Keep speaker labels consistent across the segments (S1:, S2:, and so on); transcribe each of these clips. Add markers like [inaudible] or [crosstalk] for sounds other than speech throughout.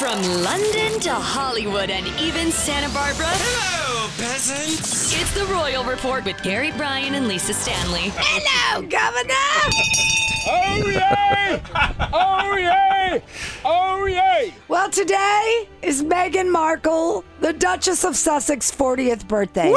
S1: From London to Hollywood and even Santa Barbara.
S2: Hello, peasants.
S1: It's the Royal Report with Gary Bryan and Lisa Stanley.
S3: Hello, Governor.
S4: Oh yay! Oh yay! Oh yay!
S3: Well, today is Meghan Markle, the Duchess of Sussex, 40th birthday.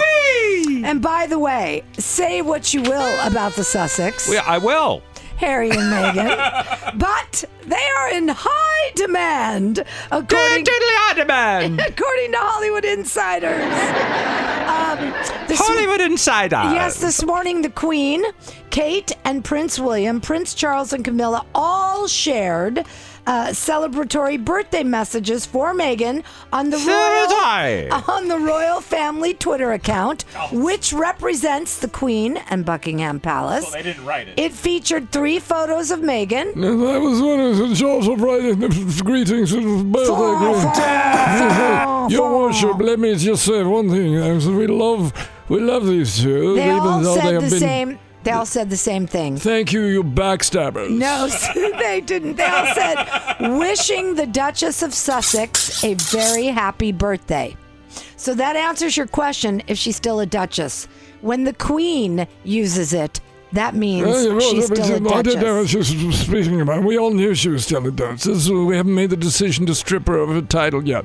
S3: And by the way, say what you will about the Sussex,
S4: Yeah, I will.
S3: Harry and Meghan, but they are in high demand, according,
S4: Diddly-a-da-man.
S3: according to Hollywood insiders. Um,
S4: [laughs]
S3: this-
S4: Hollywood Insider.
S3: Yes, this morning the Queen, Kate, and Prince William, Prince Charles, and Camilla all shared uh, celebratory birthday messages for Meghan on the
S4: Celebratory.
S3: royal [laughs] on the royal family Twitter account,
S5: Oh.
S3: which represents the Queen and Buckingham Palace.
S5: They didn't write it.
S3: It featured three photos of Meghan.
S6: And that was one of the Charles of Writing. Greetings and birthday [laughs] greetings. Your worship, let me just say one thing. I was- We love, we love these two.
S3: They
S6: even
S3: all
S6: though
S3: said
S6: they have
S3: the
S6: been,
S3: same. They all said the same thing.
S6: Thank you, you backstabbers.
S3: No, [laughs] they didn't. They all said, wishing the Duchess of Sussex a very happy birthday. So that answers your question if she's still a Duchess. When the Queen uses it, that means
S6: Well, you know,
S3: she's
S6: that was-
S3: still a
S6: I didn't know what
S3: Duchess.
S6: she was speaking about. We all knew she was still a duchess. so We haven't made the decision to strip her of her title yet.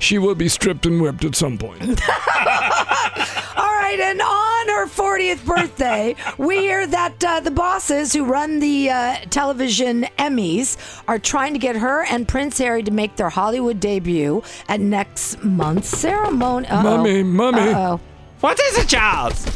S6: She will be stripped and whipped at some
S3: [laughs]
S6: point.
S3: All right, and on her 40th birthday, we hear that uh, the bosses who run the uh, television Emmys are trying to get her and Prince Harry to make their Hollywood debut at next month's ceremony. Uh-oh.
S6: Mummy, mummy.
S3: Uh-oh.
S4: What is it, Charles?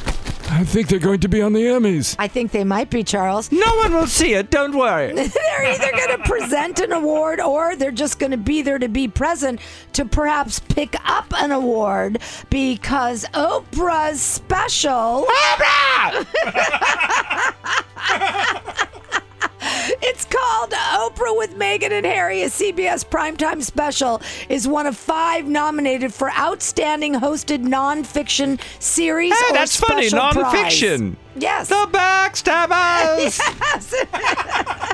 S6: I think they're going to be on the Emmys.
S3: I think they might be, Charles. [laughs]
S4: No one will see it. Don't worry.
S3: They're either going to present an award or they're just going to be there to be present to perhaps pick up an award because Oprah's special. [laughs]
S4: Oprah!
S3: It's called Oprah with Meghan and Harry, a CBS primetime special, is one of five nominated for Outstanding Hosted Nonfiction Series.
S4: Hey,
S3: or
S4: that's funny.
S3: special prize.
S4: Nonfiction.
S3: Yes.
S4: The backstabbers.
S3: [laughs]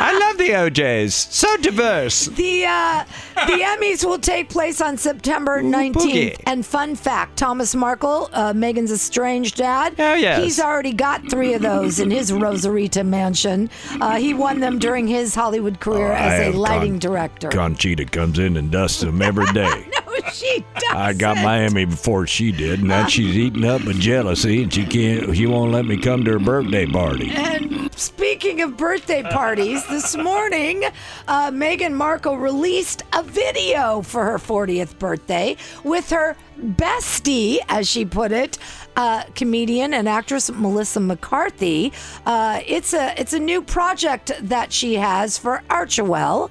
S4: I love the OJs. So diverse.
S3: The uh,
S6: [laughs]
S3: the Emmys will take place on September
S4: boogie.
S3: 19th. And fun fact: Thomas Markle, uh, Megan's estranged dad.
S4: Oh, yes.
S3: He's already got three of those in his Rosarita mansion. Uh, he won them during his Hollywood
S6: Oh,
S3: career as a lighting director.
S6: Conchita comes in and dusts them every
S4: [laughs]
S6: day.
S3: [laughs] No, she doesn't.
S6: I got my Emmy before she did, and now she's eating up with jealousy, and she can't. She won't let me come to her birthday party.
S3: And speaking of birthday parties, this morning, uh, Meghan Markle released a video for her 40th birthday with her bestie, as she put it, uh, comedian and actress Melissa McCarthy. Uh, it's a it's a new project that she has for Archewell.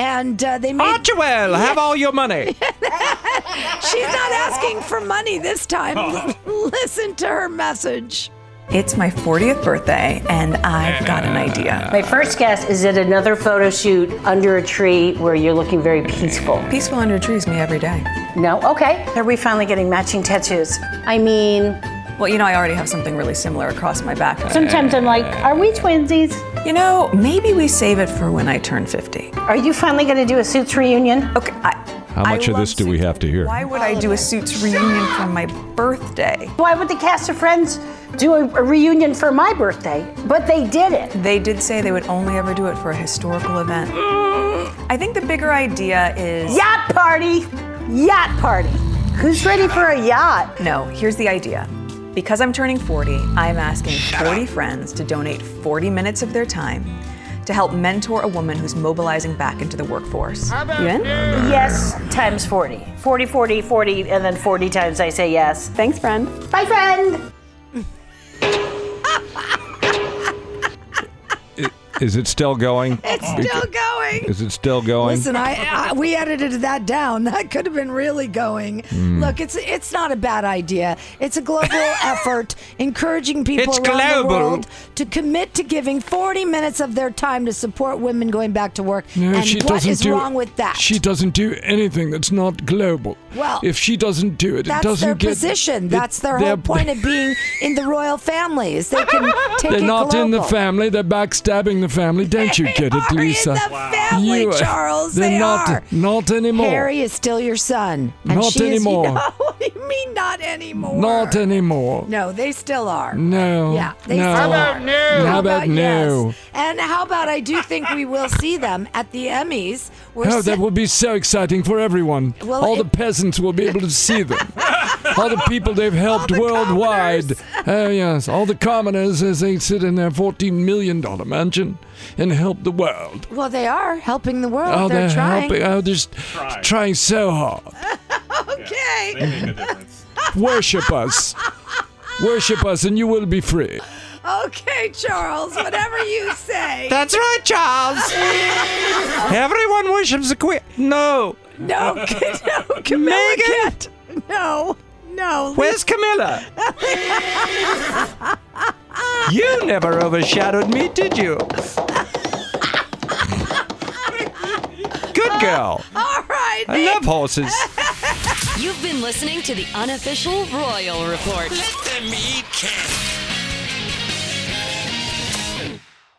S3: And uh, they made.
S4: Archewell, have all your money.
S3: She's not asking for money this time. [laughs] Listen to her message.
S7: It's my 40th birthday, and I've got an idea.
S8: My first guess is it another photo shoot under a tree where you're looking very peaceful?
S7: Peaceful under trees me every day.
S8: No? Okay. Are we finally getting matching tattoos? I mean,
S7: Well, you know, I already have something really similar across my back.
S8: sometimes I'm like, are we twinsies?
S7: You know, maybe we save it for when I turn 50.
S8: Are you finally going to do a suits reunion?
S7: Okay. I,
S6: How
S7: I
S6: much of
S7: love
S6: this do we
S7: suits.
S6: have to hear?
S7: Why would I do a suits reunion for my birthday?
S8: Why would the cast of Friends do a, a reunion for my birthday? But they did it.
S7: They did say they would only ever do it for a historical event. I think the bigger idea is
S8: Yacht party! Yacht party! Who's ready for a yacht?
S7: No, here's the idea. Because I'm turning 40, I'm asking 40 friends to donate 40 minutes of their time to help mentor a woman who's mobilizing back into the workforce. You in?
S8: Yes, times 40. 40, 40, 40, and then 40 times I say yes.
S7: Thanks, friend.
S8: Bye, friend!
S4: Is it still going?
S3: It's still going.
S4: Is it still going?
S3: Listen, I, I we edited that down. [laughs] That could have been really going.
S6: Hmm.
S3: Look, it's it's not a bad idea. It's
S4: [laughs]
S3: a global effort encouraging people
S4: It's global.
S3: around the world to commit to giving 40 minutes of their time to support women going back to work.
S6: No,
S3: and
S6: she
S3: what
S6: doesn't
S3: is
S6: do-
S3: wrong with that?
S6: She doesn't do anything that's not global.
S3: Well,
S6: if she doesn't do it, it
S3: That's
S6: doesn't
S3: their
S6: get
S3: position.
S6: it-
S3: That's their whole
S6: they're-
S3: point of being in the royal family is they can take
S6: [laughs] They're
S3: it
S6: not in the
S3: global.
S6: family. They're backstabbing
S3: [laughs]
S6: the family. Don't you get
S3: They
S6: it,
S3: are
S6: Lisa?
S3: In the family,
S6: You-
S3: Charles.
S6: They're
S3: they
S6: not.
S3: are.
S6: Not anymore.
S3: Harry is still your son. And
S6: Not
S3: she is- [laughs]
S6: anymore.
S3: what do you mean, not anymore?
S6: Not anymore.
S3: No, they still are.
S6: No.
S3: Yeah, they
S6: no.
S3: still How about
S6: no? How about no?
S3: yes? And how about I do think we will see them at the Emmys. We're
S6: Oh,
S3: si-
S6: that will be so exciting for everyone.
S3: Well,
S6: All
S3: it-
S6: the peasants will be able to
S3: [laughs]
S6: see them. all the people they've helped
S3: the
S6: worldwide. Oh, yes. All the commoners as they sit in their $14 million mansion and help the world.
S3: well, they are helping the world.
S6: Oh,
S3: they're, trying.
S6: helping. Oh, they're just trying so hard.
S3: Okay.
S2: They make a difference.
S3: [laughs]
S6: Worship us. Worship us and you will be free.
S3: Okay, Charles, whatever you say.
S6: [laughs]
S4: That's right, Charles.
S3: [laughs]
S4: Everyone worships the queen. No.
S3: no, [laughs] no, Camilla
S4: Megan?
S3: can't. No, no.
S4: Where's Camilla? you never overshadowed me, did
S3: [laughs]
S4: you? Good girl.
S3: All right.
S4: I love horses.
S1: You've been listening to the unofficial Royal Report.
S2: Let them eat cake.